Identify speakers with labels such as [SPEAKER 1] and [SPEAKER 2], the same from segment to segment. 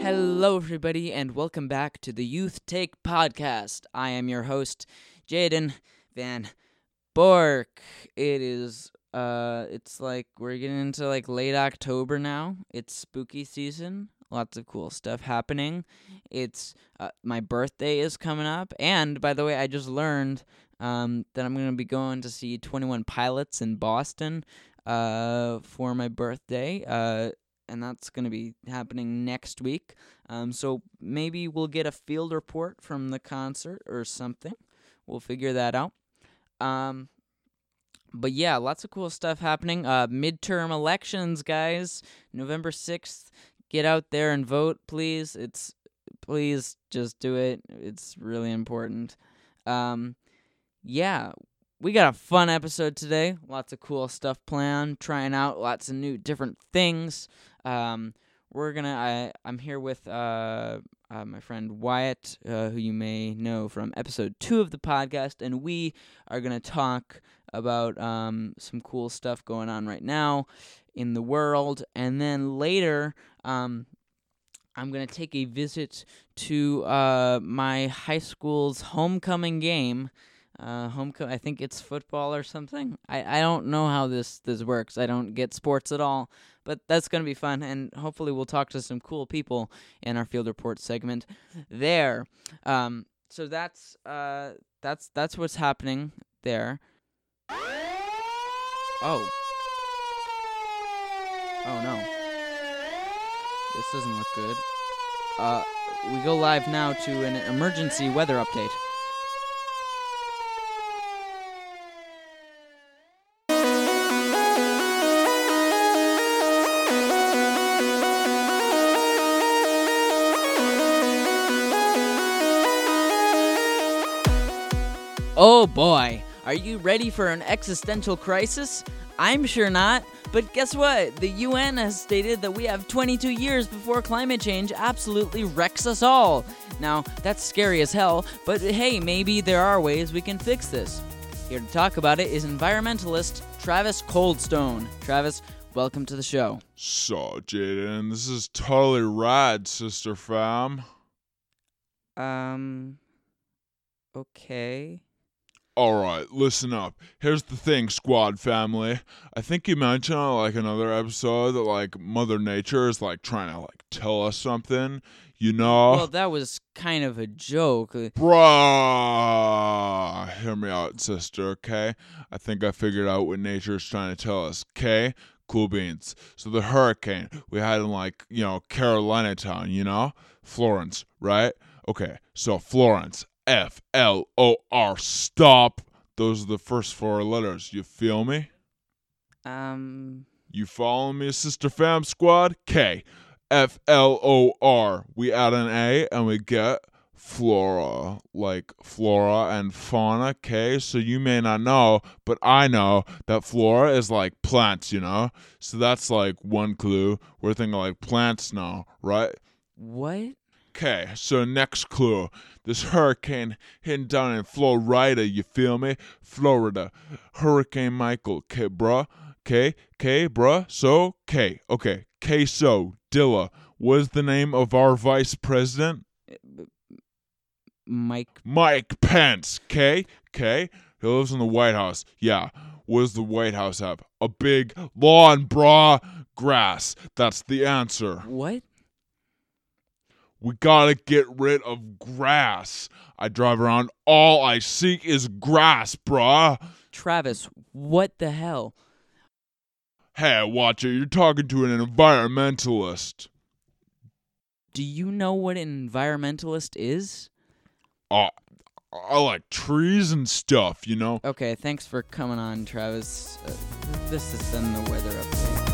[SPEAKER 1] Hello, everybody, and welcome back to the Youth Take Podcast. I am your host, Jaden Van Bork. It is, uh, it's like we're getting into like late October now. It's spooky season. Lots of cool stuff happening. It's uh, my birthday is coming up, and by the way, I just learned um, that I'm gonna be going to see Twenty One Pilots in Boston uh, for my birthday. Uh, and that's going to be happening next week. Um, so maybe we'll get a field report from the concert or something. We'll figure that out. Um, but yeah, lots of cool stuff happening. Uh, midterm elections, guys, November sixth. Get out there and vote, please. It's please just do it. It's really important. Um, yeah, we got a fun episode today. Lots of cool stuff planned, trying out lots of new different things. Um, we're gonna. I, I'm here with uh, uh, my friend Wyatt, uh, who you may know from episode two of the podcast, and we are gonna talk about um, some cool stuff going on right now in the world, and then later. Um, I'm gonna take a visit to uh, my high school's homecoming game. Uh, homecoming. I think it's football or something. I, I don't know how this this works. I don't get sports at all, but that's gonna be fun, and hopefully we'll talk to some cool people in our field report segment there. Um, so that's uh that's that's what's happening there. Oh. Oh no. This doesn't look good. Uh, we go live now to an emergency weather update. Oh boy, are you ready for an existential crisis? I'm sure not, but guess what? The UN has stated that we have 22 years before climate change absolutely wrecks us all. Now, that's scary as hell, but hey, maybe there are ways we can fix this. Here to talk about it is environmentalist Travis Coldstone. Travis, welcome to the show.
[SPEAKER 2] So, Jaden, this is totally right, sister fam.
[SPEAKER 1] Um, okay.
[SPEAKER 2] All right, listen up. Here's the thing, squad family. I think you mentioned on like another episode that like Mother Nature is like trying to like tell us something, you know?
[SPEAKER 1] Well, that was kind of a joke.
[SPEAKER 2] Bruh, hear me out, sister, okay? I think I figured out what nature's trying to tell us, okay? Cool beans. So the hurricane we had in like, you know, Carolina town, you know? Florence, right? Okay, so Florence, F L O R, stop. Those are the first four letters, you feel me?
[SPEAKER 1] Um,
[SPEAKER 2] You follow me, Sister Fam Squad? K F L O R. We add an A and we get flora, like flora and fauna. K. So you may not know, but I know that flora is like plants, you know? So that's like one clue. We're thinking like plants now, right?
[SPEAKER 1] what?
[SPEAKER 2] Okay, so next clue. This hurricane hitting down in Florida, you feel me? Florida. Hurricane Michael, okay, bruh? Okay, okay, bruh? So, okay, okay. Queso, Dilla. What is the name of our vice president?
[SPEAKER 1] Mike
[SPEAKER 2] Mike Pence, okay? Okay? He lives in the White House. Yeah. What does the White House have? A big lawn, bruh. Grass. That's the answer.
[SPEAKER 1] What?
[SPEAKER 2] We gotta get rid of grass. I drive around, all I seek is grass, bruh.
[SPEAKER 1] Travis, what the hell?
[SPEAKER 2] Hey, watch it, you're talking to an environmentalist.
[SPEAKER 1] Do you know what an environmentalist is?
[SPEAKER 2] Uh, I like trees and stuff, you know?
[SPEAKER 1] Okay, thanks for coming on, Travis. Uh, th- this has been the weather update.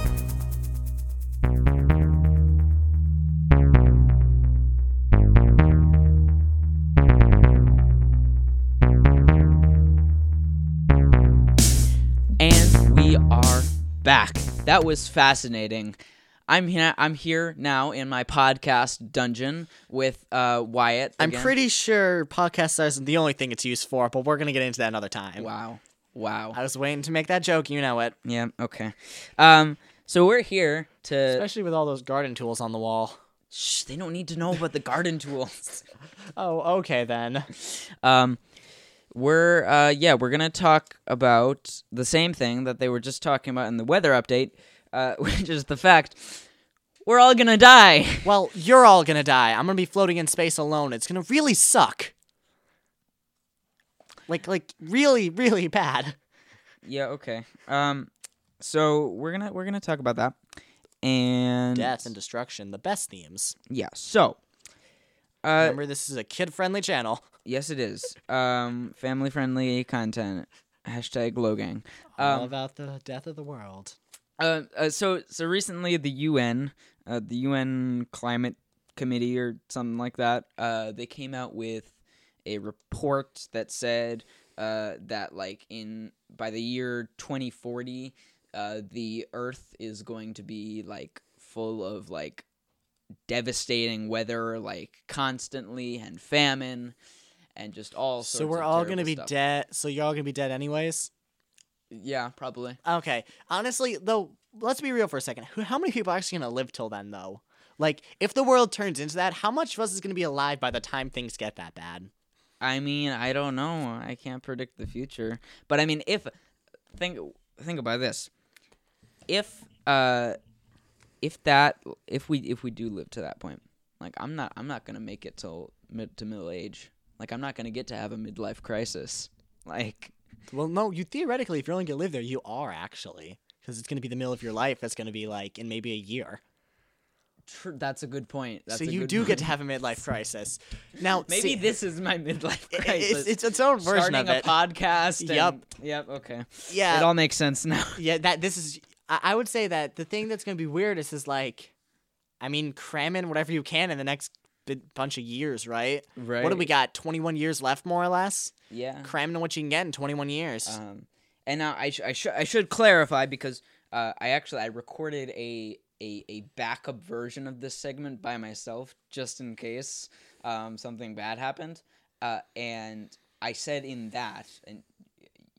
[SPEAKER 1] And we are back. That was fascinating. I'm here. I'm here now in my podcast dungeon with uh, Wyatt.
[SPEAKER 3] I'm
[SPEAKER 1] again.
[SPEAKER 3] pretty sure podcast isn't the only thing it's used for, but we're gonna get into that another time.
[SPEAKER 1] Wow. Wow.
[SPEAKER 3] I was waiting to make that joke. You know it.
[SPEAKER 1] Yeah. Okay. Um. So we're here to.
[SPEAKER 3] Especially with all those garden tools on the wall.
[SPEAKER 1] Shh, they don't need to know about the garden tools.
[SPEAKER 3] Oh, okay then.
[SPEAKER 1] Um. We're uh yeah we're gonna talk about the same thing that they were just talking about in the weather update, uh, which is the fact we're all gonna die.
[SPEAKER 3] Well, you're all gonna die. I'm gonna be floating in space alone. It's gonna really suck. Like, like really, really bad.
[SPEAKER 1] yeah. Okay. Um. So we're gonna we're gonna talk about that. And
[SPEAKER 3] Death and destruction, the best themes.
[SPEAKER 1] yeah. So. Uh,
[SPEAKER 3] Remember, this is a kid-friendly channel.
[SPEAKER 1] Yes, it is. Um, family friendly content. Hashtag Logang.
[SPEAKER 3] All
[SPEAKER 1] Um,
[SPEAKER 3] about the death of the world.
[SPEAKER 1] uh, uh, so so recently the UN, uh, the UN Climate Committee or something like that, uh, they came out with a report that said uh, that like in by the year 2040, uh, the Earth is going to be like full of like devastating weather, like constantly, and famine, and just all. Sorts
[SPEAKER 3] So we're
[SPEAKER 1] of
[SPEAKER 3] all
[SPEAKER 1] terrible
[SPEAKER 3] gonna be
[SPEAKER 1] stuff.
[SPEAKER 3] dead. So you're all gonna be dead anyways.
[SPEAKER 1] Yeah, probably.
[SPEAKER 3] Okay. Honestly, though, let's be real for a second. Who- How many people are actually going to live till then, though? Like, if the world turns into that, how much of us is going to be alive by the time things get that bad?
[SPEAKER 1] I mean, I don't know. I can't predict the future. But I mean, if think think about this. If uh if that if we if we do live to that point, like I'm not I'm not going to make it till mid to middle age. Like I'm not going to get to have a midlife crisis. Like
[SPEAKER 3] Well, no, you theoretically, if you're only going to live there, you are actually. Because it's going to be the middle of your life that's going to be like in maybe a year.
[SPEAKER 1] tr- that's a good point. That's
[SPEAKER 3] so
[SPEAKER 1] a
[SPEAKER 3] you
[SPEAKER 1] good
[SPEAKER 3] do
[SPEAKER 1] point.
[SPEAKER 3] get to have a midlife crisis. Now,
[SPEAKER 1] Maybe
[SPEAKER 3] see-
[SPEAKER 1] this is my midlife
[SPEAKER 3] it-
[SPEAKER 1] crisis.
[SPEAKER 3] it's, it's its own version
[SPEAKER 1] Starting
[SPEAKER 3] of
[SPEAKER 1] a
[SPEAKER 3] it.
[SPEAKER 1] podcast. and-
[SPEAKER 3] Yep.
[SPEAKER 1] Yep. Okay.
[SPEAKER 3] yeah,
[SPEAKER 1] It all makes sense now.
[SPEAKER 3] yeah. That this is. I, I would say that the thing that's going to be weirdest is like, I mean, cram in whatever you can in the next bi- bunch of years, right? Uh.
[SPEAKER 1] Right.
[SPEAKER 3] What do we got? 21 years left, more or less.
[SPEAKER 1] Yeah.
[SPEAKER 3] Cram in what you can get in 21 years.
[SPEAKER 1] Um, and now I, sh- I, sh- I should clarify because uh, I actually I recorded a, a a backup version of this segment by myself just in case um, something bad happened. Uh, and I said in that, and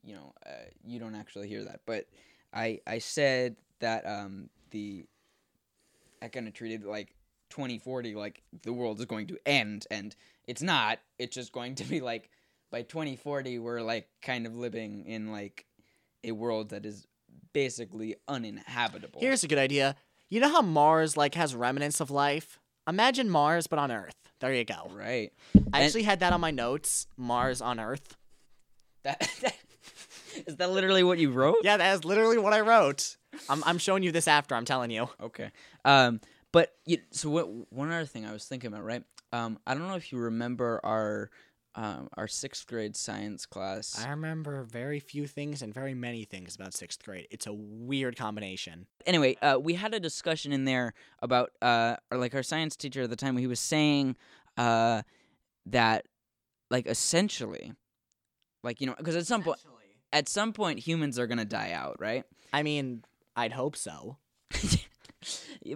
[SPEAKER 1] you know, uh, you don't actually hear that, but I I said that um, the I kind of treated it like 2040 like the world is going to end and it's not it's just going to be like by 2040 we're like kind of living in like a world that is basically uninhabitable
[SPEAKER 3] Here's a good idea. You know how Mars like has remnants of life? Imagine Mars but on Earth. There you go.
[SPEAKER 1] right
[SPEAKER 3] I
[SPEAKER 1] And-
[SPEAKER 3] actually had that on my notes. Mars on Earth.
[SPEAKER 1] that, that is that literally what you wrote
[SPEAKER 3] Yeah, that is literally what I wrote. I'm, I'm showing you this after. I'm telling you.
[SPEAKER 1] Okay. Um, but you, so what? One other thing I was thinking about, right? Um, I don't know if you remember our um, our sixth grade science class.
[SPEAKER 3] I remember very few things and very many things about sixth grade. It's a weird combination.
[SPEAKER 1] anyway, uh, we had a discussion in there about uh, or like our science teacher at the time. He was saying uh, that, like, essentially, like you know, because at some point, at some point, humans are gonna die out, right?
[SPEAKER 3] I mean, I'd hope so.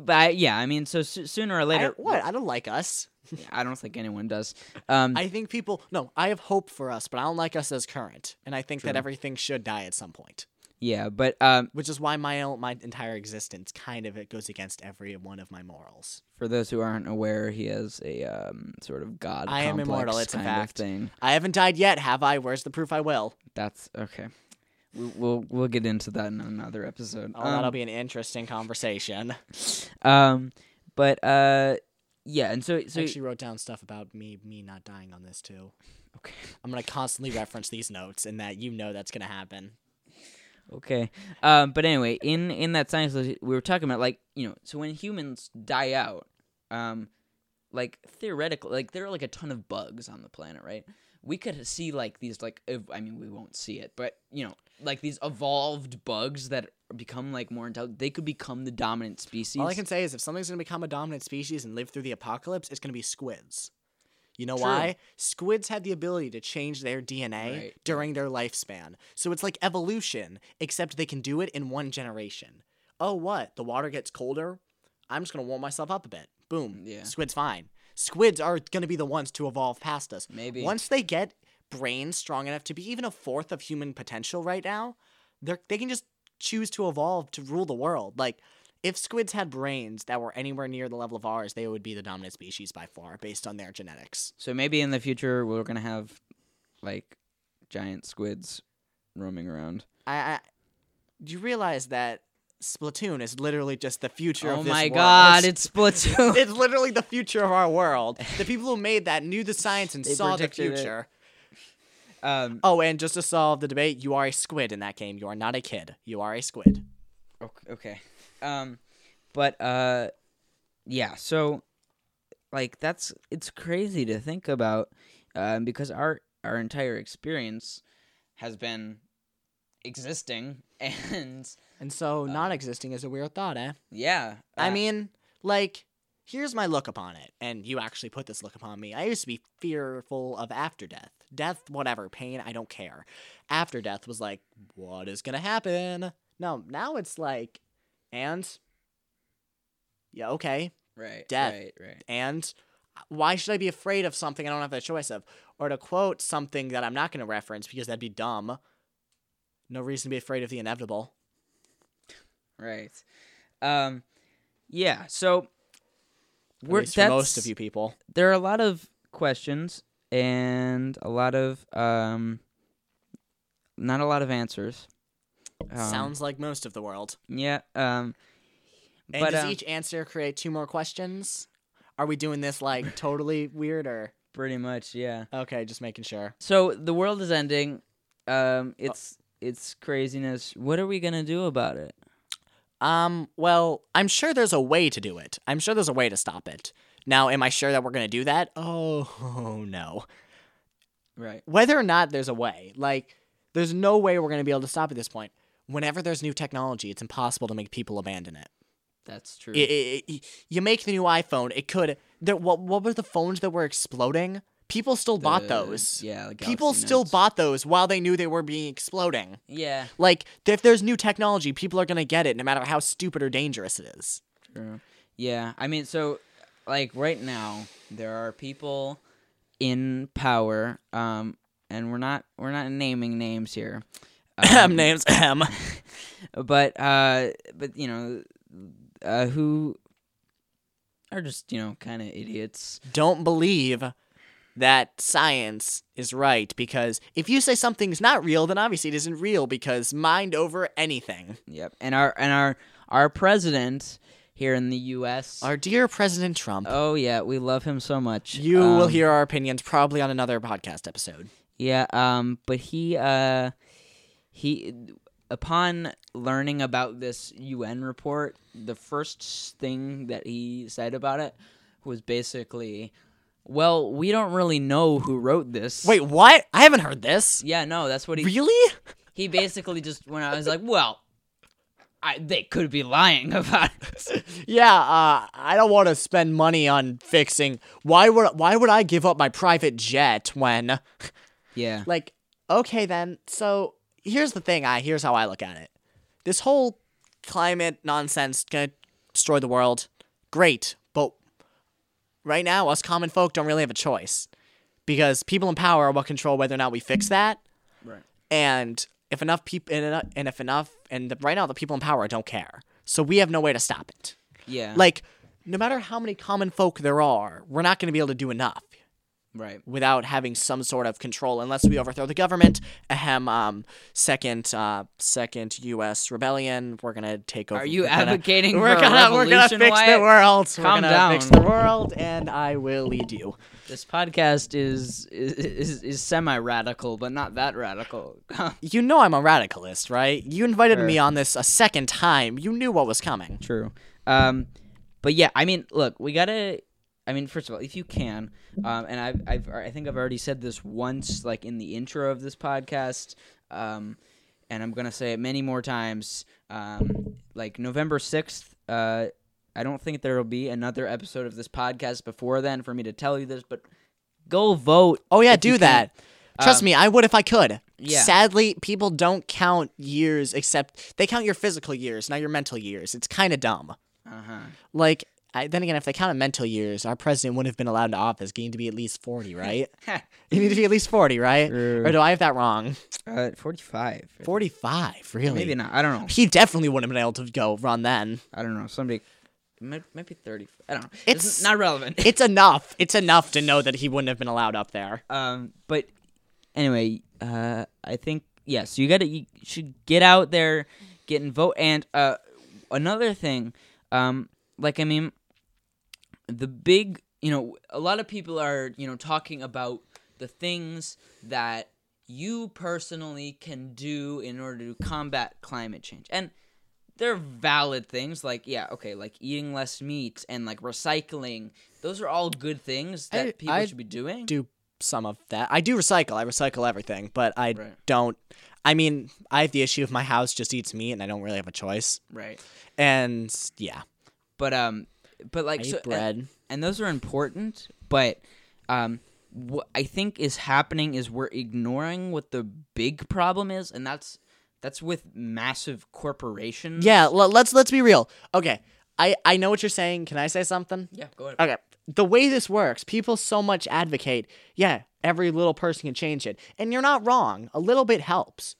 [SPEAKER 1] But I- yeah, I mean, so so- sooner or
[SPEAKER 3] I,
[SPEAKER 1] later,
[SPEAKER 3] what? I don't like us.
[SPEAKER 1] I don't think anyone does. Um,
[SPEAKER 3] I think people no, I have hope for us, but I don't like us as current, and I think that
[SPEAKER 1] True.
[SPEAKER 3] everything should die at some point,
[SPEAKER 1] yeah, but um,
[SPEAKER 3] which is why my el- my entire existence kind of it goes against every one of my morals.
[SPEAKER 1] For those who aren't aware, he has a um, sort of god.
[SPEAKER 3] I am
[SPEAKER 1] complex
[SPEAKER 3] immortal, it's a
[SPEAKER 1] kind
[SPEAKER 3] fact.
[SPEAKER 1] Of thing.
[SPEAKER 3] I haven't died yet, have I? Where's the proof I will?
[SPEAKER 1] That's okay. We, we'll we'll get into that in another episode.
[SPEAKER 3] Oh,
[SPEAKER 1] um,
[SPEAKER 3] that'll be an interesting conversation.
[SPEAKER 1] um, but uh, yeah, and so so
[SPEAKER 3] I actually wrote down stuff about me me not dying on this too.
[SPEAKER 1] okay
[SPEAKER 3] I'm gonna constantly reference these notes, and that you know that's gonna happen.
[SPEAKER 1] okay. Um, but anyway, in in that science lesson, we were talking about like you know, so when humans die out, um, like theoretically, like there are like a ton of bugs on the planet, right? We could see like these like ev- I mean we won't see it, but you know like these evolved bugs that become like more intelligent. They could become the dominant species.
[SPEAKER 3] All I can say is if something's going to become a dominant species and live through the apocalypse, it's going to be squids. You know
[SPEAKER 1] True.
[SPEAKER 3] why? Squids had the ability to change their DNA
[SPEAKER 1] Right.
[SPEAKER 3] during their lifespan. So it's like evolution, except they can do it in one generation. oh, what? The water gets colder. I'm just going to warm myself up a bit. Boom.
[SPEAKER 1] Yeah.
[SPEAKER 3] Squid's fine. Squids are going to be the ones to evolve past us.
[SPEAKER 1] Maybe.
[SPEAKER 3] Once they get brains strong enough to be even a fourth of human potential right now, they're, they can just choose to evolve to rule the world. Like, if squids had brains that were anywhere near the level of ours, they would be the dominant species by far based on their genetics.
[SPEAKER 1] So maybe in the future we're gonna have like giant squids roaming around.
[SPEAKER 3] I, I do you realize that Splatoon is literally just the future
[SPEAKER 1] oh
[SPEAKER 3] of this
[SPEAKER 1] my
[SPEAKER 3] world?
[SPEAKER 1] god, it's Splatoon.
[SPEAKER 3] it's literally the future of our world. The people who made that knew the science and
[SPEAKER 1] They
[SPEAKER 3] saw the
[SPEAKER 1] predicted it.
[SPEAKER 3] future.
[SPEAKER 1] um
[SPEAKER 3] Oh, and just to solve the debate, you are a squid in that game. You are not a kid. You are a squid.
[SPEAKER 1] ok- okay. Um but uh yeah, so like that's it's crazy to think about um because our our entire experience has been existing and
[SPEAKER 3] And so, not existing is a weird thought, eh?
[SPEAKER 1] yeah.
[SPEAKER 3] I
[SPEAKER 1] uh,
[SPEAKER 3] mean, like, here's my look upon it. And you actually put this look upon me. I used to be fearful of after death. Death, whatever, pain, I don't care. After death was like, what is going to happen? No, now it's like, and, yeah, okay.
[SPEAKER 1] right,
[SPEAKER 3] death.
[SPEAKER 1] right, right.
[SPEAKER 3] And uh, why should I be afraid of something I don't have the choice of? Or to quote something that I'm not going to reference because that'd be dumb. No reason to be afraid of the inevitable.
[SPEAKER 1] Right. Um yeah, so
[SPEAKER 3] At
[SPEAKER 1] we're
[SPEAKER 3] least for most
[SPEAKER 1] that's-
[SPEAKER 3] of you people.
[SPEAKER 1] there are a lot of questions and a lot of um not a lot of answers. Um,
[SPEAKER 3] Sounds like most of the world.
[SPEAKER 1] yeah. Um
[SPEAKER 3] And
[SPEAKER 1] but,
[SPEAKER 3] does
[SPEAKER 1] um,
[SPEAKER 3] each answer create two more questions? Are we doing this like totally weird or
[SPEAKER 1] pretty much, yeah.
[SPEAKER 3] okay? Just making sure.
[SPEAKER 1] So the world is ending. Um it's it's craziness. What are we going to do about it?
[SPEAKER 3] Um. Well, I'm sure there's a way to do it. I'm sure there's a way to stop it. Now, am I sure that we're gonna do that? Oh no.
[SPEAKER 1] Right.
[SPEAKER 3] Whether or not there's a way, like, there's no way we're gonna be able to stop at this point. Whenever there's new technology, it's impossible to make people abandon it.
[SPEAKER 1] That's true.
[SPEAKER 3] it, it, it- you make the new iPhone, it could. There, what what were the phones that were exploding? People still bought
[SPEAKER 1] The-
[SPEAKER 3] those.
[SPEAKER 1] yeah, the
[SPEAKER 3] people
[SPEAKER 1] Galaxy
[SPEAKER 3] still
[SPEAKER 1] Notes.
[SPEAKER 3] bought those while they knew they were being exploding.
[SPEAKER 1] yeah.
[SPEAKER 3] Like th- if there's new technology, people are gonna get it, no matter how stupid or dangerous it is.
[SPEAKER 1] True. Yeah, I mean, so like right now there are people in power, um, and we're not we're not naming names here, um,
[SPEAKER 3] name's M.
[SPEAKER 1] but uh, but you know, uh, who are just you know kind of idiots.
[SPEAKER 3] Don't believe that science is right because if you say something's not real, then obviously it isn't real because mind over anything.
[SPEAKER 1] Yep, and our and our our president here in the U.S.
[SPEAKER 3] Our dear President Trump.
[SPEAKER 1] oh yeah, we love him so much.
[SPEAKER 3] you will
[SPEAKER 1] Um,
[SPEAKER 3] hear our opinions probably on another podcast episode.
[SPEAKER 1] Yeah, um, but he uh he upon learning about this UN report, the first thing that he said about it was basically, well, we don't really know who wrote this.
[SPEAKER 3] Wait, what? I haven't heard this.
[SPEAKER 1] Yeah, no, that's what he
[SPEAKER 3] Really?
[SPEAKER 1] he basically just when I was like, well, I they could be lying about it.
[SPEAKER 3] Yeah, uh, I don't want to spend money on fixing. Why would why would I give up my private jet when
[SPEAKER 1] yeah.
[SPEAKER 3] like okay then. So, here's the thing, I here's how I look at it. This whole climate nonsense going to destroy the world. Great, but right now us common folk don't really have a choice because people in power are what control whether or not we fix that.
[SPEAKER 1] Right.
[SPEAKER 3] And if enough people and eno- and if enough and the, right now the people in power don't care. So we have no way to stop it.
[SPEAKER 1] Yeah.
[SPEAKER 3] Like, no matter how many common folk there are, we're not going to be able to do enough
[SPEAKER 1] right.
[SPEAKER 3] without having some sort of control unless we overthrow the government. Ahem, um, second, uh, second U.S. rebellion. We're going to take over.
[SPEAKER 1] Are you
[SPEAKER 3] we're gonna-
[SPEAKER 1] advocating
[SPEAKER 3] We're
[SPEAKER 1] for
[SPEAKER 3] gonna,
[SPEAKER 1] a
[SPEAKER 3] we're gonna
[SPEAKER 1] revolution?
[SPEAKER 3] fix
[SPEAKER 1] Wyatt?
[SPEAKER 3] the world.
[SPEAKER 1] Calm
[SPEAKER 3] we're gonna fix
[SPEAKER 1] down.
[SPEAKER 3] the world, and I will lead you.
[SPEAKER 1] This podcast is is is, is semi radical, but not that radical.
[SPEAKER 3] You know I'm a radicalist, right? You invited
[SPEAKER 1] Sure.
[SPEAKER 3] me on this a second time. You knew what was coming.
[SPEAKER 1] True. Um, but yeah, I mean, look, we gotta. I mean, first of all, if you can, um, and I've, I've, I think I've already said this once, like in the intro of this podcast, um, and I'm gonna say it many more times. Um, like November sixth, uh, I don't think there will be another episode of this podcast before then for me to tell you this, but go vote.
[SPEAKER 3] Oh yeah,
[SPEAKER 1] if you
[SPEAKER 3] do
[SPEAKER 1] can. um,
[SPEAKER 3] that. Trust me, I would if I could.
[SPEAKER 1] yeah.
[SPEAKER 3] Sadly, people don't count years except they count your physical years, not your mental years. It's kind of dumb.
[SPEAKER 1] Uh-huh.
[SPEAKER 3] Like, I, then again, if they counted mental years, our president wouldn't have been allowed into office. You need to be at least 40, right? you need to be at least 40, right?
[SPEAKER 1] True.
[SPEAKER 3] Or do I have that wrong?
[SPEAKER 1] Uh, 45.
[SPEAKER 3] 45, really?
[SPEAKER 1] Maybe not. I don't know.
[SPEAKER 3] He definitely wouldn't have been able to go run then.
[SPEAKER 1] I don't know. Somebody. Might, might be 30. I don't know.
[SPEAKER 3] It's-
[SPEAKER 1] It's not relevant.
[SPEAKER 3] It's enough. It's enough to know that he wouldn't have been allowed up there.
[SPEAKER 1] Um, but anyway, uh, I think yeah. So you gotta you should get out there, get and vote. And uh, another thing, um, like I mean, the big you know a lot of people are you know talking about the things that you personally can do in order to combat climate change and they're valid things like yeah okay like eating less meat and like recycling those are all good things that
[SPEAKER 3] I-
[SPEAKER 1] people
[SPEAKER 3] I
[SPEAKER 1] should be doing
[SPEAKER 3] do some of that. I do recycle. I recycle everything, but I
[SPEAKER 1] Right.
[SPEAKER 3] don't. I mean, I have the issue of my house just eats meat, and I don't really have a choice.
[SPEAKER 1] right
[SPEAKER 3] And yeah,
[SPEAKER 1] but um but
[SPEAKER 3] I
[SPEAKER 1] like so
[SPEAKER 3] eat bread.
[SPEAKER 1] and those are important but um what i think is happening is we're ignoring what the big problem is and that's that's with massive corporations
[SPEAKER 3] yeah, l- let's let's be real. Okay, I I know what you're saying. Can I say something?
[SPEAKER 1] yeah go ahead
[SPEAKER 3] Okay, the way this works, people so much advocate. Yeah, every little person can change it, and you're not wrong. A little bit helps.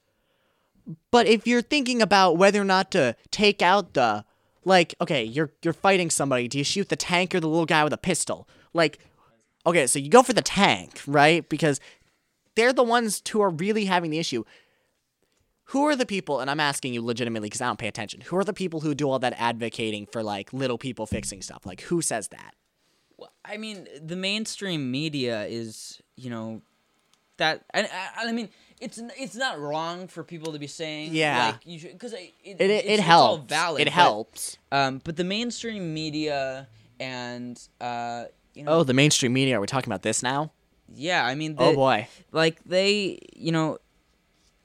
[SPEAKER 3] But if you're thinking about whether or not to take out the like okay, you're you're fighting somebody, do you shoot the tank or the little guy with a pistol? Like okay, so you go for the tank, right? Because they're the ones who are really having the issue. Who are the people, and I'm asking you legitimately because I don't pay attention, who are the people who do all that advocating for like little people fixing stuff? Like, who says that?
[SPEAKER 1] Well, i mean the mainstream media is you know that and uh, I, I mean it's n- it's not wrong for people to be saying
[SPEAKER 3] Yeah.
[SPEAKER 1] like you should because it,
[SPEAKER 3] It, it,
[SPEAKER 1] it's-
[SPEAKER 3] it
[SPEAKER 1] it's all
[SPEAKER 3] helps.
[SPEAKER 1] valid
[SPEAKER 3] it
[SPEAKER 1] but,
[SPEAKER 3] helps.
[SPEAKER 1] um but the mainstream media and uh you know
[SPEAKER 3] Oh, the mainstream media. Are we talking about this now?
[SPEAKER 1] yeah i mean the,
[SPEAKER 3] oh boy.
[SPEAKER 1] like they you know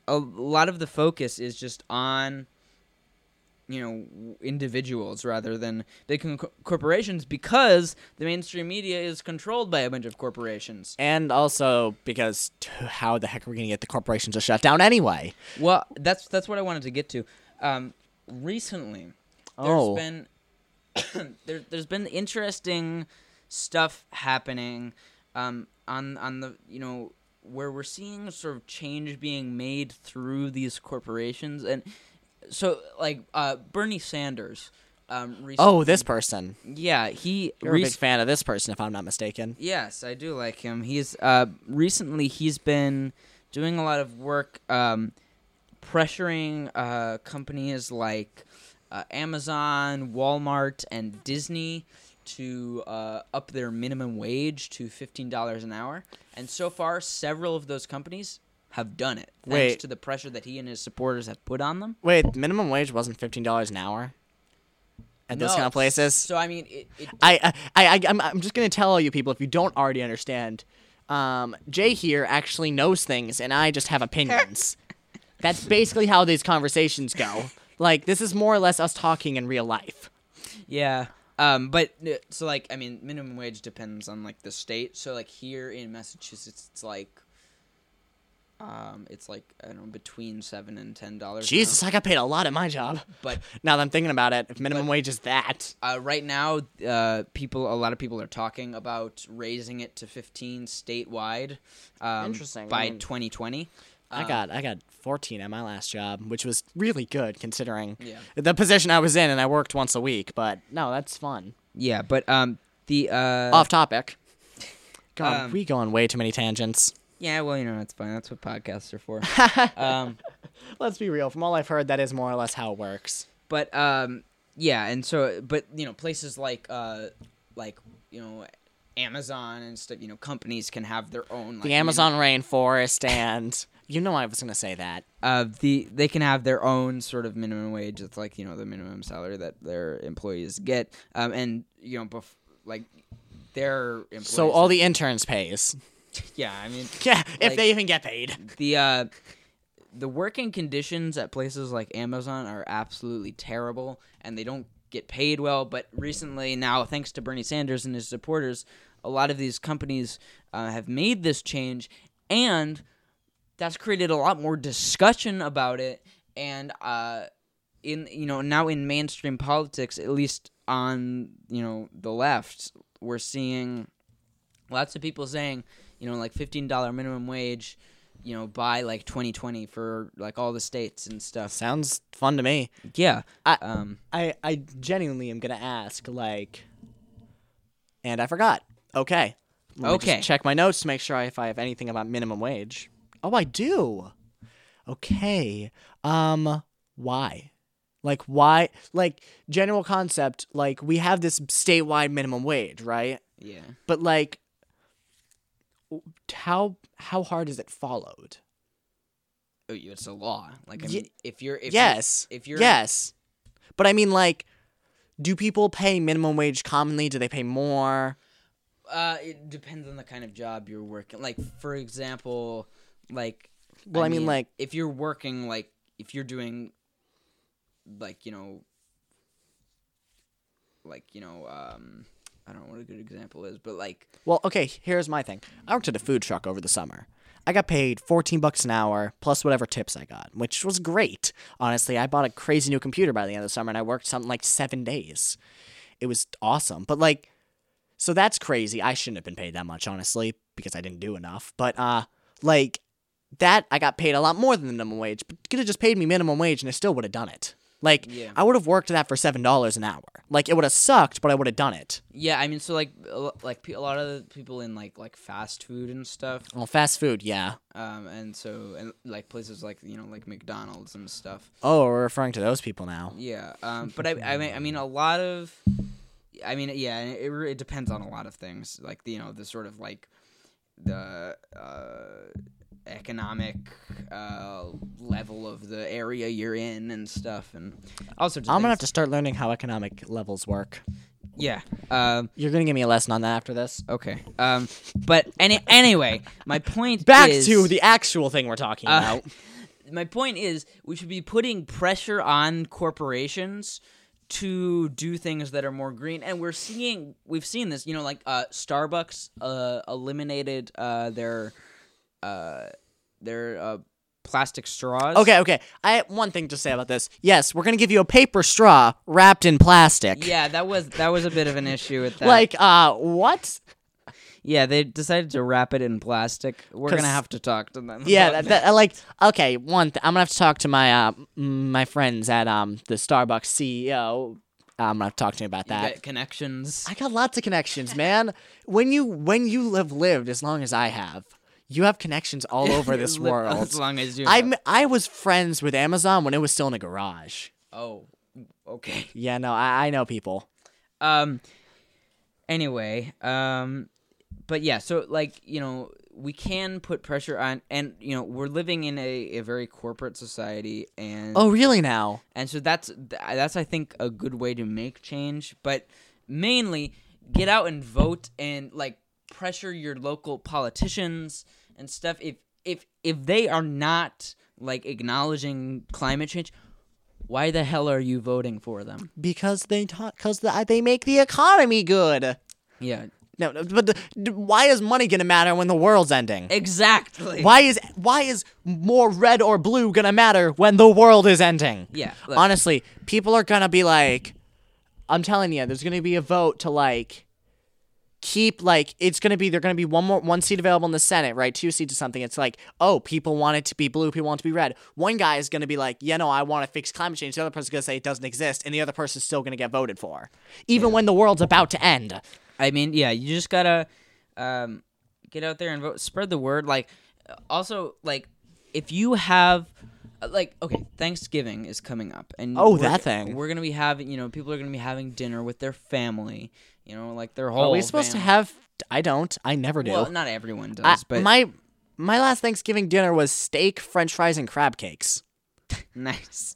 [SPEAKER 1] a lot of the focus is just on you know individuals rather than big con- corporations because the mainstream media is controlled by a bunch of corporations
[SPEAKER 3] And also because t- how the heck are we gonna get the corporations to shut down anyway?
[SPEAKER 1] well that's that's what i wanted to get to um recently there's
[SPEAKER 3] Oh.
[SPEAKER 1] been there, there's been interesting stuff happening um, on on the you know where we're seeing sort of change being made through these corporations and so like uh, Bernie Sanders um, recent-
[SPEAKER 3] Oh, this person.
[SPEAKER 1] yeah he
[SPEAKER 3] You're a
[SPEAKER 1] rec-
[SPEAKER 3] big fan of this person, if I'm not mistaken.
[SPEAKER 1] yes I do like him he's uh, recently he's been doing a lot of work um, pressuring uh, companies like uh, Amazon, Walmart, and Disney to uh, up their minimum wage to fifteen dollars an hour. And so far, several of those companies have done it thanks
[SPEAKER 3] Wait.
[SPEAKER 1] to the pressure that he and his supporters have put on them.
[SPEAKER 3] Wait, minimum wage wasn't fifteen dollars an hour at those
[SPEAKER 1] No,
[SPEAKER 3] kind of places.
[SPEAKER 1] So I mean, it, it
[SPEAKER 3] I, I, I, I'm, I'm just gonna tell all you people if you don't already understand. Um, Jay here actually knows things, and I just have opinions. That's basically how these conversations go. Like this is more or less us talking in real life.
[SPEAKER 1] Yeah. Um, but uh, so like I mean, minimum wage depends on like the state. So like here in Massachusetts, it's like, um, it's like I don't know between seven and ten dollars. an hour.
[SPEAKER 3] Jesus, I got paid a lot at my job.
[SPEAKER 1] But
[SPEAKER 3] Now that I'm thinking about it, if minimum wage is that,
[SPEAKER 1] uh, right now, uh, people a lot of people are talking about raising it to fifteen statewide. Um,
[SPEAKER 3] Interesting. I
[SPEAKER 1] By
[SPEAKER 3] mean-
[SPEAKER 1] twenty twenty. uh,
[SPEAKER 3] I got I got 14 at my last job, which was really good considering
[SPEAKER 1] Yeah.
[SPEAKER 3] the position I was in, and I worked once a week. But no, that's fun.
[SPEAKER 1] Yeah, but um, the uh,
[SPEAKER 3] Off topic. God,
[SPEAKER 1] Um,
[SPEAKER 3] we go on way too many tangents.
[SPEAKER 1] yeah, well, you know, that's fine. That's what podcasts are for. um.
[SPEAKER 3] Let's be real. From all I've heard, that is more or less how it works.
[SPEAKER 1] but um yeah and so but you know places like uh like you know amazon and stuff you know companies can have their own like,
[SPEAKER 3] The
[SPEAKER 1] min-
[SPEAKER 3] Amazon rainforest and you know I was gonna say that.
[SPEAKER 1] uh the they can have their own sort of minimum wage it's like you know the minimum salary that their employees get um and you know bef- like their employees
[SPEAKER 3] So all the interns pays.
[SPEAKER 1] yeah i mean
[SPEAKER 3] Yeah, if
[SPEAKER 1] Like-
[SPEAKER 3] they even get paid.
[SPEAKER 1] the uh the working conditions at places like Amazon are absolutely terrible and they don't get paid well but recently now thanks to Bernie Sanders and his supporters a lot of these companies uh, have made this change and that's created a lot more discussion about it and uh in you know now in mainstream politics at least on you know the left we're seeing lots of people saying you know like $15 minimum wage you know by like 2020 for like all the states and stuff
[SPEAKER 3] Sounds fun to me.
[SPEAKER 1] yeah
[SPEAKER 3] I-
[SPEAKER 1] um
[SPEAKER 3] I, I genuinely am gonna ask, like, and I forgot. Okay. Let me just
[SPEAKER 1] Okay.
[SPEAKER 3] check my notes to make sure I, if I have anything about minimum wage. Oh, I do. Okay. Um, why? Like, why? Like, general concept. Like, we have this statewide minimum wage, right?
[SPEAKER 1] yeah
[SPEAKER 3] But like, w- how how hard is it followed?
[SPEAKER 1] Oh, you- it's a law like I
[SPEAKER 3] Ye-
[SPEAKER 1] mean, if you're if you're-
[SPEAKER 3] yes.
[SPEAKER 1] if you're
[SPEAKER 3] yes, but I mean, like, do people pay minimum wage commonly? Do they pay more?
[SPEAKER 1] Uh, it depends on the kind of job you're working. Like, for example, like.
[SPEAKER 3] Well, I mean, like-
[SPEAKER 1] if you're working, like, if you're doing, like, you know, like you know, um, I don't know what a good example is, but like,
[SPEAKER 3] Well, okay, here's my thing. I worked at a food truck over the summer. I got paid 14 bucks an hour plus whatever tips I got, which was great. Honestly, I bought a crazy new computer by the end of the summer and I worked something like 7 days. It was awesome. But like so that's crazy. I shouldn't have been paid that much, honestly, because I didn't do enough. But uh like that I got paid a lot more than the minimum wage, but could have just paid me minimum wage and I still would have done it. Like
[SPEAKER 1] Yeah.
[SPEAKER 3] I would have worked that for $7 an hour. Like it would have sucked, but I would have done it.
[SPEAKER 1] yeah, I mean, so like, a lo- like pe- a lot of the people in like like fast food and stuff,
[SPEAKER 3] Well, fast food, yeah.
[SPEAKER 1] um, and so and like places like you know like McDonald's and stuff.
[SPEAKER 3] Oh, we're referring to those people now.
[SPEAKER 1] Yeah, um, but I, I mean, I mean, a lot of, I mean, yeah, and it, re- it depends on a lot of things, like you know, the sort of like the uh, economic uh, level of the area you're in and stuff, and also just
[SPEAKER 3] I'm gonna have to start learning how economic levels work.
[SPEAKER 1] yeah, um,
[SPEAKER 3] You're gonna give me a lesson on that after this.
[SPEAKER 1] okay, um, but any anyway, my point
[SPEAKER 3] Back
[SPEAKER 1] is-
[SPEAKER 3] to the actual thing we're talking
[SPEAKER 1] Uh,
[SPEAKER 3] about.
[SPEAKER 1] my point is we should be putting pressure on corporations to do things that are more green and we're seeing we've seen this you know like uh starbucks uh eliminated uh their uh their uh plastic straws
[SPEAKER 3] Okay, okay. I have one thing to say about this. Yes, we're gonna give you a paper straw wrapped in plastic.
[SPEAKER 1] yeah that was that was a bit of an issue with that
[SPEAKER 3] Like, uh, what?
[SPEAKER 1] yeah they decided to wrap it in plastic we're gonna
[SPEAKER 3] 'Cause-
[SPEAKER 1] have to talk to them
[SPEAKER 3] Yeah,
[SPEAKER 1] about
[SPEAKER 3] that, that, like, okay. One, th- I'm gonna have to talk to my uh, m- my friends at um the Starbucks CEO. I'm gonna have to talk to him about
[SPEAKER 1] You
[SPEAKER 3] that.
[SPEAKER 1] get connections
[SPEAKER 3] I got lots of connections, man. When you when you have lived as long as I have, you have connections all over this
[SPEAKER 1] Li-
[SPEAKER 3] world.
[SPEAKER 1] as long as you
[SPEAKER 3] I I was friends with Amazon when it was still in a garage.
[SPEAKER 1] oh okay
[SPEAKER 3] Yeah, no, I, I know people.
[SPEAKER 1] Um. Anyway, um, but yeah, so like you know, we can put pressure on, and you know, we're living in a, a very corporate society, and
[SPEAKER 3] Oh, really? Now?
[SPEAKER 1] and so that's th- that's I think a good way to make change, but mainly get out and vote and like pressure your local politicians and stuff. If if if they are not like acknowledging climate change, why the hell are you voting for them?
[SPEAKER 3] Because they taught, because the, they make the economy good.
[SPEAKER 1] Yeah,
[SPEAKER 3] No, no, but the, d- why is money gonna matter when the world's ending?
[SPEAKER 1] exactly.
[SPEAKER 3] Why is why is more red or blue gonna matter when the world is ending?
[SPEAKER 1] Yeah, look.
[SPEAKER 3] Honestly, people are gonna be like, I'm telling you, there's gonna be a vote to like keep like it's gonna be there's gonna be one more one seat available in the Senate, right? Two seats or something. It's like, oh, people want it to be blue, people want it to be red. One guy is gonna be like, yeah, no, I want to fix climate change. The other person's gonna say it doesn't exist, and the other person's still gonna get voted for, even when the world's about to end.
[SPEAKER 1] I mean, yeah, you just gotta um, get out there and vote, spread the word. Like, also, like, if you have, uh, like, okay, Thanksgiving is coming up, and
[SPEAKER 3] Oh,
[SPEAKER 1] we're-
[SPEAKER 3] that thing.
[SPEAKER 1] We're gonna be having, you know, people are gonna be having dinner with their family, you know, like their whole.
[SPEAKER 3] Are we supposed to
[SPEAKER 1] fam-
[SPEAKER 3] have? I don't. I never do.
[SPEAKER 1] Oh, Well, not everyone
[SPEAKER 3] I-
[SPEAKER 1] does, but
[SPEAKER 3] my my last Thanksgiving dinner was steak, French fries, and crab cakes.
[SPEAKER 1] nice.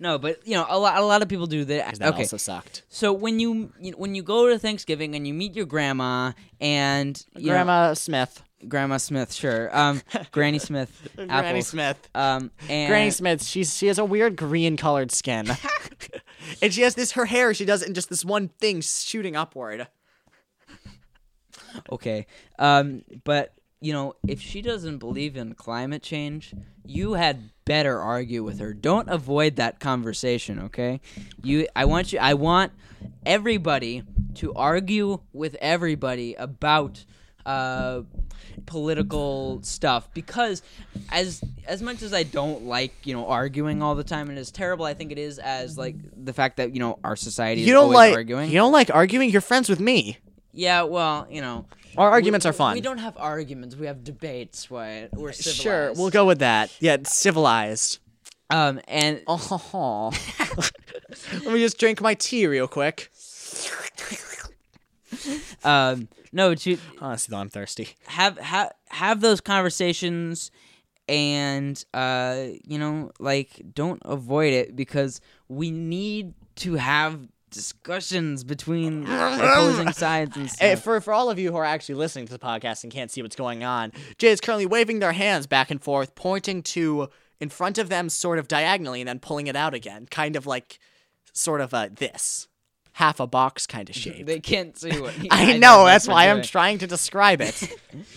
[SPEAKER 1] No, but you know, a lot, a lot of people do that.
[SPEAKER 3] 'Cause That
[SPEAKER 1] okay,
[SPEAKER 3] also sucked.
[SPEAKER 1] so when you, you when you go to Thanksgiving and you meet your grandma and you know-
[SPEAKER 3] Grandma Smith,
[SPEAKER 1] Grandma Smith, sure, um, Granny Smith,
[SPEAKER 3] Granny
[SPEAKER 1] apples.
[SPEAKER 3] Smith,
[SPEAKER 1] Um, and
[SPEAKER 3] Granny Smith. She's she has a weird green colored skin, and she has this her hair. She does it in just this one thing shooting upward.
[SPEAKER 1] okay, um, but you know, if she doesn't believe in climate change, you had better argue with her. Don't avoid that conversation, okay? You I want you I want everybody to argue with everybody about uh political stuff because as as much as I don't like, you know, arguing all the time and as terrible I think it is as like the fact that, you know, our society
[SPEAKER 3] You
[SPEAKER 1] is
[SPEAKER 3] don't
[SPEAKER 1] always
[SPEAKER 3] like
[SPEAKER 1] arguing.
[SPEAKER 3] you don't like arguing. You're friends with me.
[SPEAKER 1] Yeah, well, you know,
[SPEAKER 3] Our arguments
[SPEAKER 1] we,
[SPEAKER 3] are fun.
[SPEAKER 1] We don't have arguments; we have debates. Why we're civilized.
[SPEAKER 3] Sure, we'll go with that. Yeah, it's civilized.
[SPEAKER 1] Um, and
[SPEAKER 3] Oh. Let me just drink my tea real quick.
[SPEAKER 1] um, no, to
[SPEAKER 3] Honestly, though, I'm thirsty.
[SPEAKER 1] have have have those conversations, and uh, you know, like don't avoid it because we need to have discussions between opposing sides and
[SPEAKER 3] Eh,
[SPEAKER 1] stuff.
[SPEAKER 3] for for all of you who are actually listening to the podcast and can't see what's going on, Jay is currently waving their hands back and forth, pointing to in front of them, sort of diagonally, and then pulling it out again, kind of like, sort of uh, this, half a box kind of shape.
[SPEAKER 1] They can't see what you
[SPEAKER 3] I
[SPEAKER 1] guys
[SPEAKER 3] know
[SPEAKER 1] are
[SPEAKER 3] that's why I'm
[SPEAKER 1] doing.
[SPEAKER 3] trying to describe it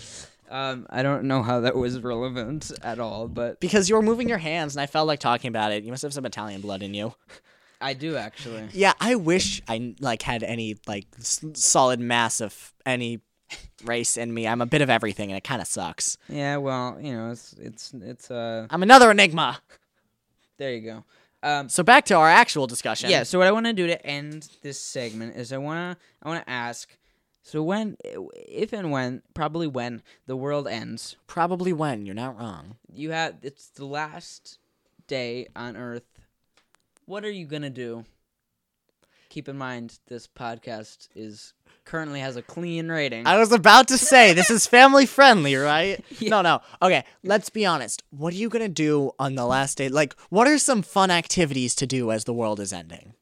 [SPEAKER 1] um, I don't know how that was relevant at all, but
[SPEAKER 3] because you were moving your hands, and I felt like talking about it. You must have some Italian blood in you.
[SPEAKER 1] I do actually.
[SPEAKER 3] Yeah, I wish I like had any like s- solid mass of any race in me. I'm a bit of everything, and it kind of sucks.
[SPEAKER 1] Yeah, well, you know, it's it's it's uh
[SPEAKER 3] I'm another enigma.
[SPEAKER 1] there you go. Um
[SPEAKER 3] So back to our actual discussion.
[SPEAKER 1] yeah, so what I want to do to end this segment is I want to I want to ask so when if and when probably when the world ends,
[SPEAKER 3] Probably when, you're not wrong.
[SPEAKER 1] you have it's the last day on earth. What are you going to do? Keep in mind this podcast is currently has a clean rating.
[SPEAKER 3] I was about to say this is family friendly, right? No, no. Okay, let's be honest. What are you going to do on the last day? Like, what are some fun activities to do as the world is ending?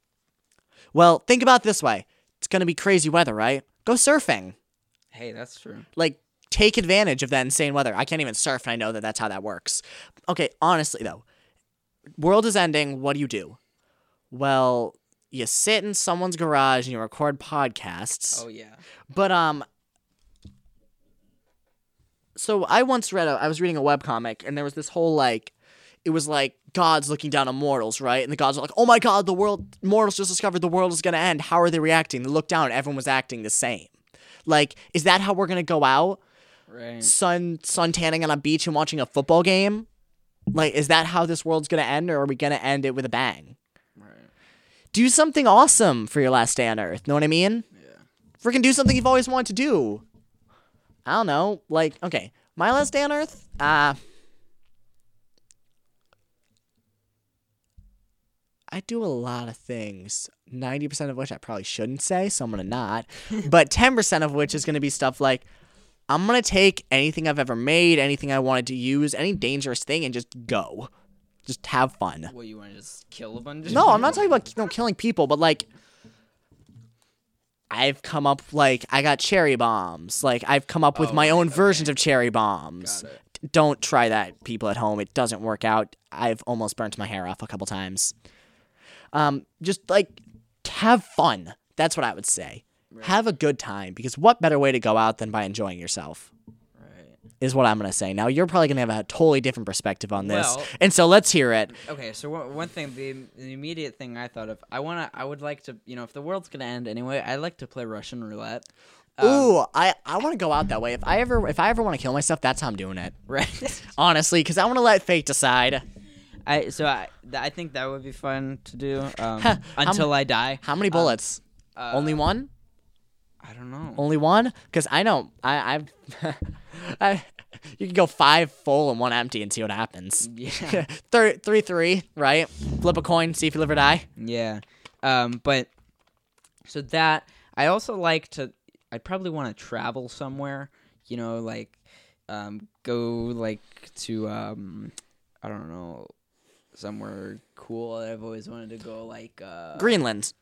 [SPEAKER 3] Well, think about it this way. It's going to be crazy weather, right? Go surfing.
[SPEAKER 1] hey, that's true.
[SPEAKER 3] Like take advantage of that insane weather. I can't even surf and I know that that's how that works. Okay, honestly though. World is ending, what do you do? Well, you sit in someone's garage and you record podcasts.
[SPEAKER 1] Oh yeah.
[SPEAKER 3] But um so I once read a I was reading a webcomic and there was this whole like it was like gods looking down on mortals, right? And the gods are like, "Oh my god, the world mortals just discovered the world is going to end. How are they reacting?" They looked down, everyone was acting the same. Like, is that how we're going to go out?
[SPEAKER 1] Right.
[SPEAKER 3] Sun sun tanning on a beach and watching a football game? Like, is that how this world's going to end or are we going to end it with a bang?
[SPEAKER 1] Right.
[SPEAKER 3] Do something awesome for your last day on earth. Know what I mean?
[SPEAKER 1] Yeah.
[SPEAKER 3] freaking do something you've always wanted to do. I don't know. Like, okay, my last day on Earth. Uh, I do a lot of things. Ninety percent of which I probably shouldn't say, so I'm gonna not. but ten percent of which is gonna be stuff like I'm gonna take anything I've ever made, anything I wanted to use, any dangerous thing, and just go. Just have fun.
[SPEAKER 1] What you want to just kill a bunch of
[SPEAKER 3] No, I'm not
[SPEAKER 1] people?
[SPEAKER 3] talking about no killing people, but like I've come up like I got cherry bombs. Like I've come up with
[SPEAKER 1] Oh,
[SPEAKER 3] my
[SPEAKER 1] okay,
[SPEAKER 3] own versions of cherry bombs.
[SPEAKER 1] Got it.
[SPEAKER 3] D- Don't try that, people at home. It doesn't work out. I've almost burnt my hair off a couple times. Um, just like have fun. That's what I would say. Have a good time because what better way to go out than by enjoying yourself
[SPEAKER 1] Right.
[SPEAKER 3] is what I'm gonna say. Now you're probably gonna have a totally different perspective on this,
[SPEAKER 1] Well-
[SPEAKER 3] and so let's hear it.
[SPEAKER 1] Okay, so one, one thing, the, the immediate thing I thought of, I wanna, I would like to, you know, if the world's gonna end anyway, I'd like to play Russian roulette. Um,
[SPEAKER 3] Ooh, I, I want to go out that way. If I ever if I ever want to kill myself, that's how I'm doing it.
[SPEAKER 1] Right.
[SPEAKER 3] Honestly, because I want to let fate decide.
[SPEAKER 1] I so I, th- I think that would be fun to do um, until I die.
[SPEAKER 3] How many bullets?
[SPEAKER 1] uh,
[SPEAKER 3] only one?
[SPEAKER 1] I don't know.
[SPEAKER 3] Only one? Because I know I I've, I you can go five full and one empty and see what happens.
[SPEAKER 1] Yeah.
[SPEAKER 3] Thir- three three, right? Flip a coin, see if you live or die.
[SPEAKER 1] Yeah. Um, but so that I also like to I'd probably want to travel somewhere, you know, like um go like to um I don't know somewhere cool that I've always wanted to go like uh
[SPEAKER 3] Greenland.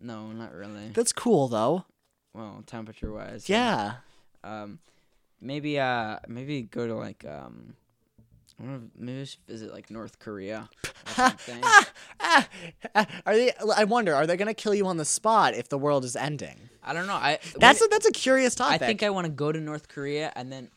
[SPEAKER 1] no, not really.
[SPEAKER 3] That's cool though.
[SPEAKER 1] Well, temperature wise.
[SPEAKER 3] Yeah.
[SPEAKER 1] Um maybe uh maybe go to like um I don't know, maybe we should visit like North Korea or something.
[SPEAKER 3] Ah, ah, are they? I wonder. Are they gonna kill you on the spot if the world is ending?
[SPEAKER 1] I don't know. I
[SPEAKER 3] That's
[SPEAKER 1] when-
[SPEAKER 3] a, that's a curious
[SPEAKER 1] I
[SPEAKER 3] topic.
[SPEAKER 1] think I want to go to North Korea and then.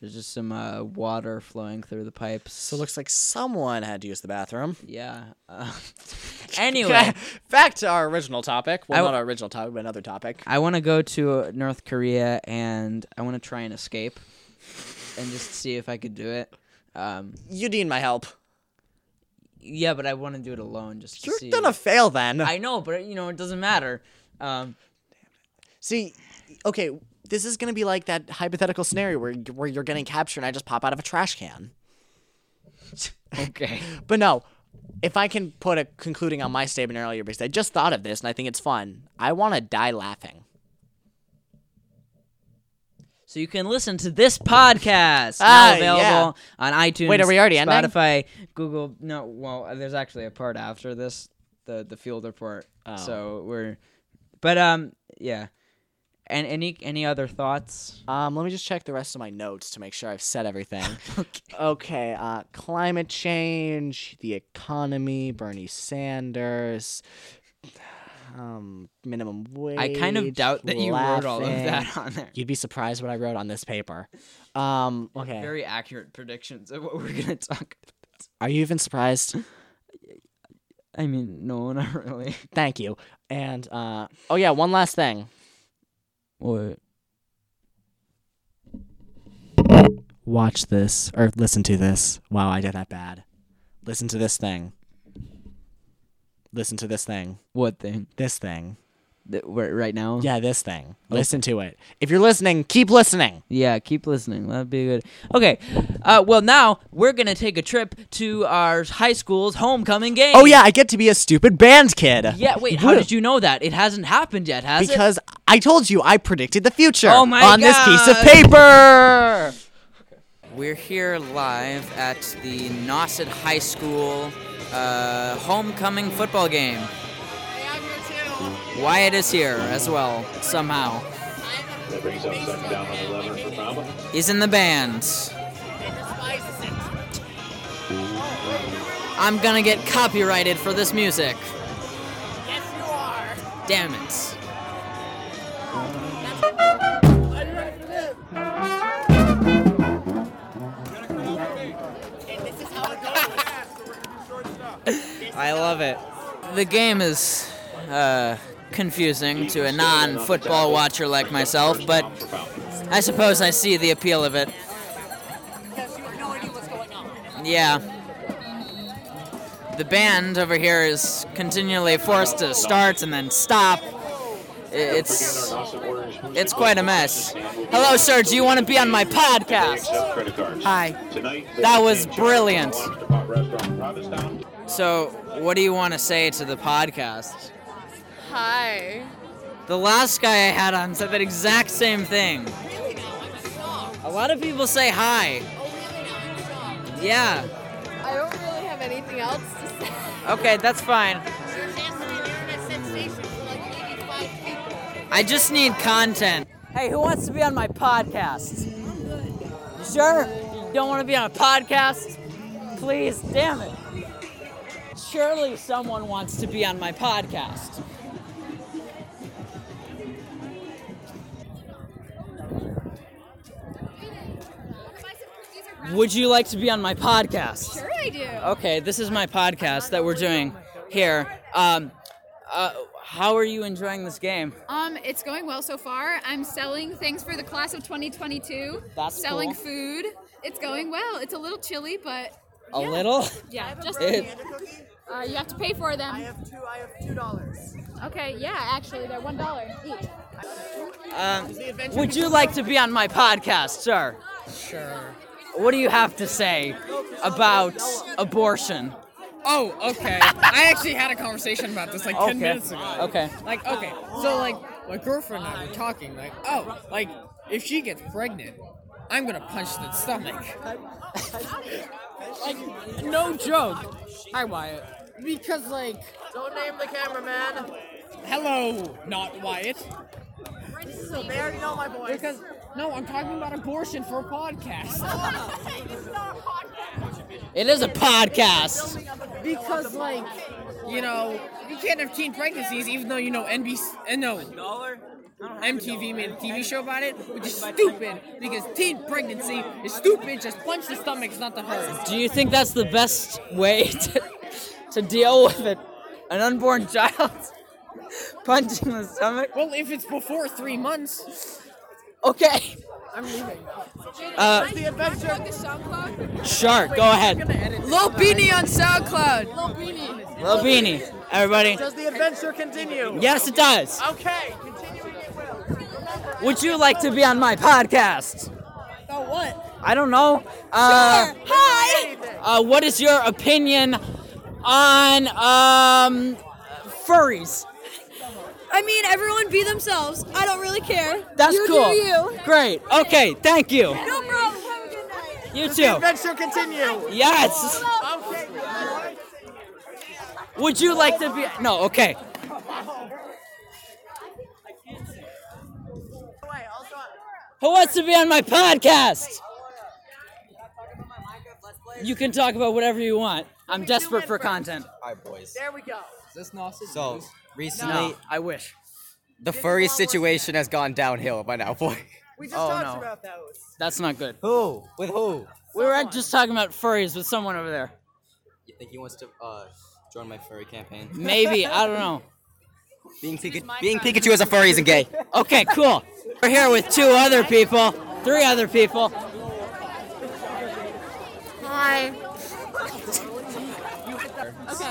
[SPEAKER 1] There's just some uh, water flowing through the pipes.
[SPEAKER 3] so. It looks like someone had to use the bathroom.
[SPEAKER 1] Yeah. Uh, anyway,
[SPEAKER 3] back to our original topic. Well,
[SPEAKER 1] I w-
[SPEAKER 3] not our original topic, but another topic.
[SPEAKER 1] I want to go to uh, North Korea and I want to try and escape, and just see if I could do it. Um,
[SPEAKER 3] You need my help.
[SPEAKER 1] yeah, but I want to do it alone just to
[SPEAKER 3] You're
[SPEAKER 1] see.
[SPEAKER 3] gonna fail then.
[SPEAKER 1] I know, but you know it doesn't matter. Um,
[SPEAKER 3] See, okay, this is gonna be like that hypothetical scenario where where you're getting captured and I just pop out of a trash can.
[SPEAKER 1] okay.
[SPEAKER 3] But no, if I can put a concluding on my statement earlier because I just thought of this and I think it's fun. I want to die laughing.
[SPEAKER 1] So you can listen to this podcast
[SPEAKER 3] Ah,
[SPEAKER 1] now available on iTunes.
[SPEAKER 3] Wait, are we already ending?
[SPEAKER 1] Spotify, Google. No, well, there's actually a part after this, the the field report.
[SPEAKER 3] Oh.
[SPEAKER 1] So we're, but um, yeah. And any any other thoughts?
[SPEAKER 3] Um, let me just check the rest of my notes to make sure I've said everything. okay. uh, climate change, the economy, Bernie Sanders, um, minimum wage.
[SPEAKER 1] I kind of doubt that you wrote all of
[SPEAKER 3] laughing.
[SPEAKER 1] that on there.
[SPEAKER 3] You'd be surprised what I wrote on this paper. Um, okay.
[SPEAKER 1] Very accurate predictions of what we're gonna talk.
[SPEAKER 3] Are you even surprised?
[SPEAKER 1] I mean, no, not really.
[SPEAKER 3] Thank you. And uh, oh yeah, one last thing.
[SPEAKER 1] What?
[SPEAKER 3] Watch this or listen to this. Wow, I did that bad. Listen to this thing. Listen to this thing.
[SPEAKER 1] What thing?
[SPEAKER 3] This thing.
[SPEAKER 1] That we're at right now?
[SPEAKER 3] Yeah, this thing. Listen to it. If you're listening, keep listening.
[SPEAKER 1] Yeah, keep listening. That'd be good. Okay. Uh, well, now we're going to take a trip to our high school's homecoming game.
[SPEAKER 3] Oh yeah, I get to be a stupid band kid.
[SPEAKER 1] Yeah, wait, how did you know that? It hasn't happened yet, has it?
[SPEAKER 3] Because I told you I predicted the future
[SPEAKER 1] Oh my
[SPEAKER 3] on this piece of
[SPEAKER 1] God.
[SPEAKER 3] paper.
[SPEAKER 1] We're here live at the Nauset High School uh, homecoming football game. Wyatt is here as well, somehow.
[SPEAKER 4] That brings up second down on 11 for Brahma.
[SPEAKER 1] He's in the band. I'm gonna get copyrighted for this music.
[SPEAKER 5] Yes, you are.
[SPEAKER 1] Damn it.
[SPEAKER 5] Are you ready for this? And this is how it goes.
[SPEAKER 1] I love it. The game is uh, confusing to a non football watcher like myself, but
[SPEAKER 4] For Fountain.
[SPEAKER 1] I suppose I see the appeal of it.
[SPEAKER 5] Because you have no idea what's going on.
[SPEAKER 1] Yeah. The band over here is continually forced to start and then stop. I- It's it's quite a mess. Hello, sir. Do you want to be on my podcast? Hi. That was brilliant. So, what do you want to say to the podcast?
[SPEAKER 5] Hi.
[SPEAKER 1] The last guy I had on said that exact same thing. A lot of people say
[SPEAKER 5] Oh,
[SPEAKER 1] hi. Yeah.
[SPEAKER 5] I don't really have anything else to say.
[SPEAKER 1] Okay, that's fine.
[SPEAKER 5] Your chance to be an internet sensation for like 85 people.
[SPEAKER 1] I just need content. Hey, who wants to be on my podcast? You sure? You don't want to be on a podcast? Please, damn it. Surely someone wants to be on my podcast. Would you like to be on my podcast?
[SPEAKER 5] Sure, I do.
[SPEAKER 1] Okay, this is my podcast that we're doing here. Um, uh, how are you enjoying this game?
[SPEAKER 6] Um, it's going well so far. I'm selling things for the class of 2022.
[SPEAKER 1] That's
[SPEAKER 6] selling
[SPEAKER 1] cool.
[SPEAKER 6] food. It's going well. It's a little chilly, but
[SPEAKER 1] A little?
[SPEAKER 6] yeah, just
[SPEAKER 1] It-
[SPEAKER 6] uh, you have to pay for them. I have two. I have two dollars. Okay, yeah, actually, they're one dollar each.
[SPEAKER 1] Would you like to be on my podcast, sir? Sure. What do you have to say about abortion?
[SPEAKER 7] Oh, okay. I actually had a conversation about this like 10
[SPEAKER 1] Okay.
[SPEAKER 7] minutes ago.
[SPEAKER 1] Okay.
[SPEAKER 7] Like, okay. So, like, my girlfriend and I were talking, like, oh, like, if she gets pregnant, I'm gonna punch the stomach. like, no joke. Hi, Wyatt. Because, like. Don't name the cameraman. Hello, not Wyatt. they already know my voice. Because, no, I'm talking about abortion for a podcast.
[SPEAKER 1] It is a podcast.
[SPEAKER 7] Because, like, you know, You can't have teen pregnancies, even though you know NBC. Uh, no. MTV made a TV show about it, which is stupid because teen pregnancy is stupid. Just punch the stomach, it's not the heart.
[SPEAKER 8] Do you think that's the best way to, to deal with it? An unborn child punching the stomach?
[SPEAKER 7] Well, if it's before three months,
[SPEAKER 8] Okay.
[SPEAKER 7] I'm leaving.
[SPEAKER 8] Uh,
[SPEAKER 6] the adventure. Can I plug the SoundCloud?
[SPEAKER 8] Sure, go ahead.
[SPEAKER 9] Lil Beanie on SoundCloud.
[SPEAKER 6] Little Beanie.
[SPEAKER 8] Lil Beanie, everybody.
[SPEAKER 3] Does the adventure continue?
[SPEAKER 8] Yes, it does.
[SPEAKER 3] Okay, continuing it will.
[SPEAKER 8] Would you like to be on my podcast?
[SPEAKER 9] About what?
[SPEAKER 8] I don't know. Uh, Hi. Uh, what is your opinion on um, furries?
[SPEAKER 9] I mean, everyone be themselves. I don't really care.
[SPEAKER 8] That's
[SPEAKER 9] you
[SPEAKER 8] cool.
[SPEAKER 9] Do you.
[SPEAKER 8] Great. Okay. Thank you.
[SPEAKER 9] No problem. Have a good night.
[SPEAKER 8] You too.
[SPEAKER 3] Adventure continue.
[SPEAKER 8] Yes. Would you like to be? No. Okay. Who wants to be on my podcast?
[SPEAKER 7] oh,
[SPEAKER 8] You can talk about whatever you want. I'm desperate for content.
[SPEAKER 10] All right, boys.
[SPEAKER 7] Is this Nauseous?
[SPEAKER 10] So recently,
[SPEAKER 8] No, I wish.
[SPEAKER 10] the furry situation has gone downhill by now, boy.
[SPEAKER 9] We just
[SPEAKER 8] Oh, talked no. about
[SPEAKER 9] those.
[SPEAKER 8] That's not good.
[SPEAKER 10] Who? With who?
[SPEAKER 8] We were just talking about furries with someone over there.
[SPEAKER 10] You think he wants to uh, join my furry campaign?
[SPEAKER 8] Maybe I don't know.
[SPEAKER 10] Being, Pika- being Pikachu as a furry isn't gay.
[SPEAKER 8] Okay, cool. We're here with two other people, three other people.
[SPEAKER 6] Hi.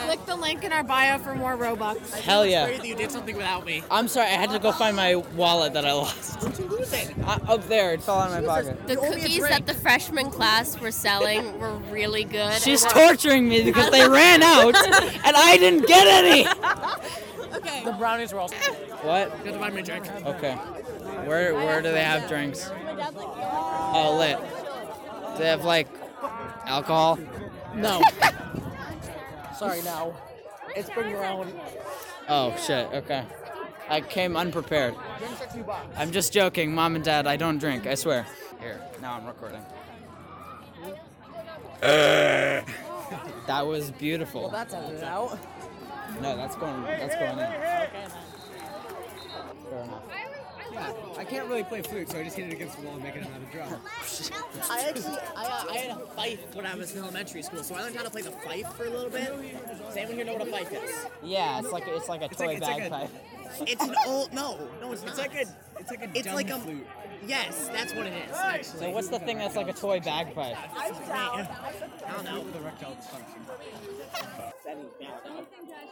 [SPEAKER 6] Click the link in our bio for more Robux.
[SPEAKER 8] Hell yeah.
[SPEAKER 7] You did something without me.
[SPEAKER 8] I'm sorry, I had to go find my wallet that I lost. Where'd you lose it? up there, it fell out of my pocket.
[SPEAKER 11] The cookies that the freshman class were selling were really good.
[SPEAKER 8] She's torturing me because they ran out and I didn't get any.
[SPEAKER 7] The brownies were also.
[SPEAKER 8] What?
[SPEAKER 7] You have to buy me a drink.
[SPEAKER 8] Okay. Where where do they have drinks? Oh, lit. Do they have like alcohol?
[SPEAKER 7] No. Sorry, now. It's bring your own.
[SPEAKER 8] Oh shit. Okay. I came unprepared. I'm just joking, mom and dad. I don't drink. I swear. Here. Now I'm recording. that was beautiful.
[SPEAKER 7] That's ended out.
[SPEAKER 8] No, that's going. That's going in. Fair enough.
[SPEAKER 7] I can't really play flute, so I just hit it against the wall and make it another drum. I actually, I, uh, I had a fife when I was in elementary school, so I learned how to play the fife for a little bit. Does anyone here know what a fife is?
[SPEAKER 8] Yeah, it's like a, it's like a toy
[SPEAKER 7] like- it's like a-
[SPEAKER 8] bagpipe.
[SPEAKER 7] It's an old, no, no, it's not. It's like a, it's like a, it's like a, flute. Yes, that's what it is. Actually,
[SPEAKER 8] so what's the thing that's like a toy bagpipe?
[SPEAKER 7] I don't know.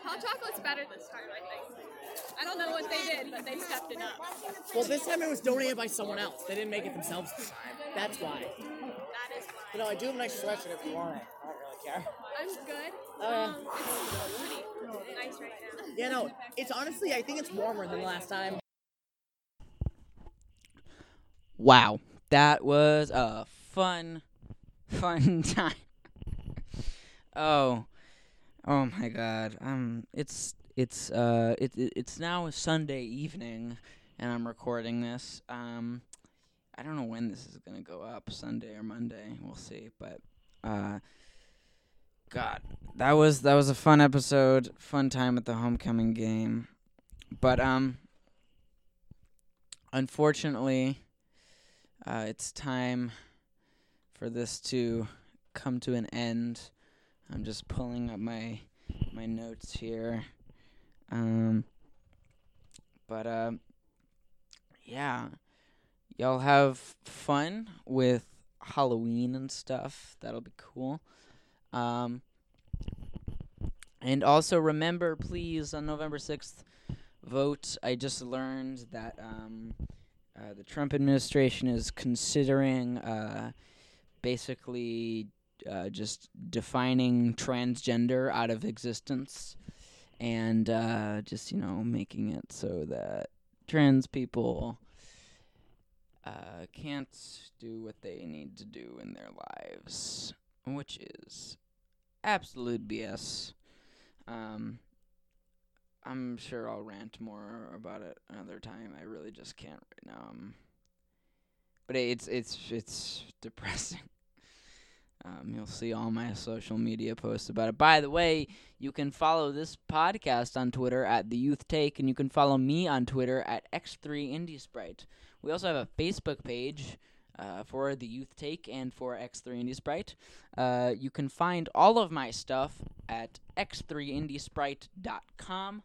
[SPEAKER 6] Hot chocolate's better this time, I think. I don't know what they did, but they stepped it up.
[SPEAKER 7] Well, this time it was donated by someone else. They didn't make it themselves this time. That's why.
[SPEAKER 6] That is why.
[SPEAKER 7] But no, I do have an extra selection if you want it. I don't really care.
[SPEAKER 6] I'm good.
[SPEAKER 7] Uh,
[SPEAKER 6] Um, it's pretty nice right now.
[SPEAKER 7] yeah, no, it's honestly, I think it's warmer than last time.
[SPEAKER 1] Wow. That was a fun, fun time. Oh, oh my God. Um, it's it's uh, it, it it's now a Sunday evening, and I'm recording this. Um, I don't know when this is gonna go up, Sunday or Monday. We'll see. But uh, God, that was that was a fun episode, fun time at the homecoming game. But um, unfortunately. Uh, it's time for this to come to an end. I'm just pulling up my my notes here. Um, but uh, yeah, y'all have fun with Halloween and stuff. That'll be cool. Um, and also remember, please, on November sixth, vote. I just learned that. Um, uh, the Trump administration is considering uh, basically uh, just defining transgender out of existence and uh, just, you know, making it so that trans people uh, can't do what they need to do in their lives, which is absolute BS. Um, I'm sure I'll rant more about it another time. I really just can't right now. Um, but it's it's it's depressing. Um, you'll see all my social media posts about it. By the way, you can follow this podcast on Twitter at The Youth Take, and you can follow me on Twitter at X3 Indie Sprite. We also have a Facebook page uh, for The Youth Take and for X3 Indie Sprite. Uh, you can find all of my stuff at x3indiesprite.com.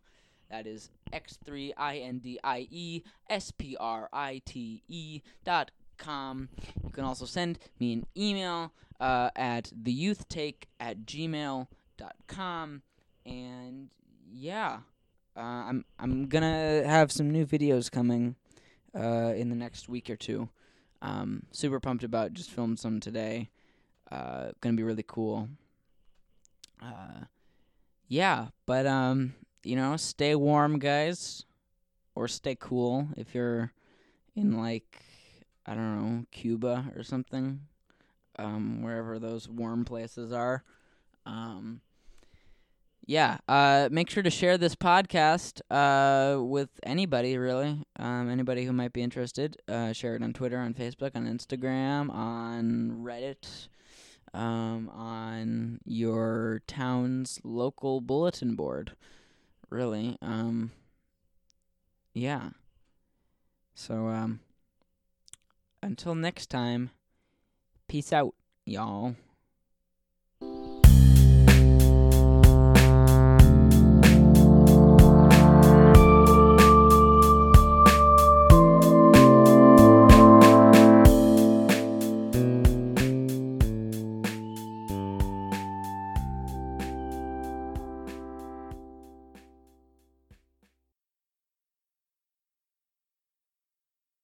[SPEAKER 1] That is E X3INDIE E dot com. You can also send me an email uh, at theyouthtake at gmail dot com. And yeah, uh, I'm, I'm going to have some new videos coming uh, in the next week or two. Um, super pumped about just filmed some today. Uh, gonna be really cool. Uh, yeah, but um, you know, stay warm, guys, or stay cool if you're in like I don't know Cuba or something, um, wherever those warm places are. Um, yeah, uh, make sure to share this podcast uh, with anybody, really. Um, anybody who might be interested. Uh, share it on Twitter, on Facebook, on Instagram, on Reddit, um, on your town's local bulletin board, really. Um, yeah. So um, until next time, peace out, y'all.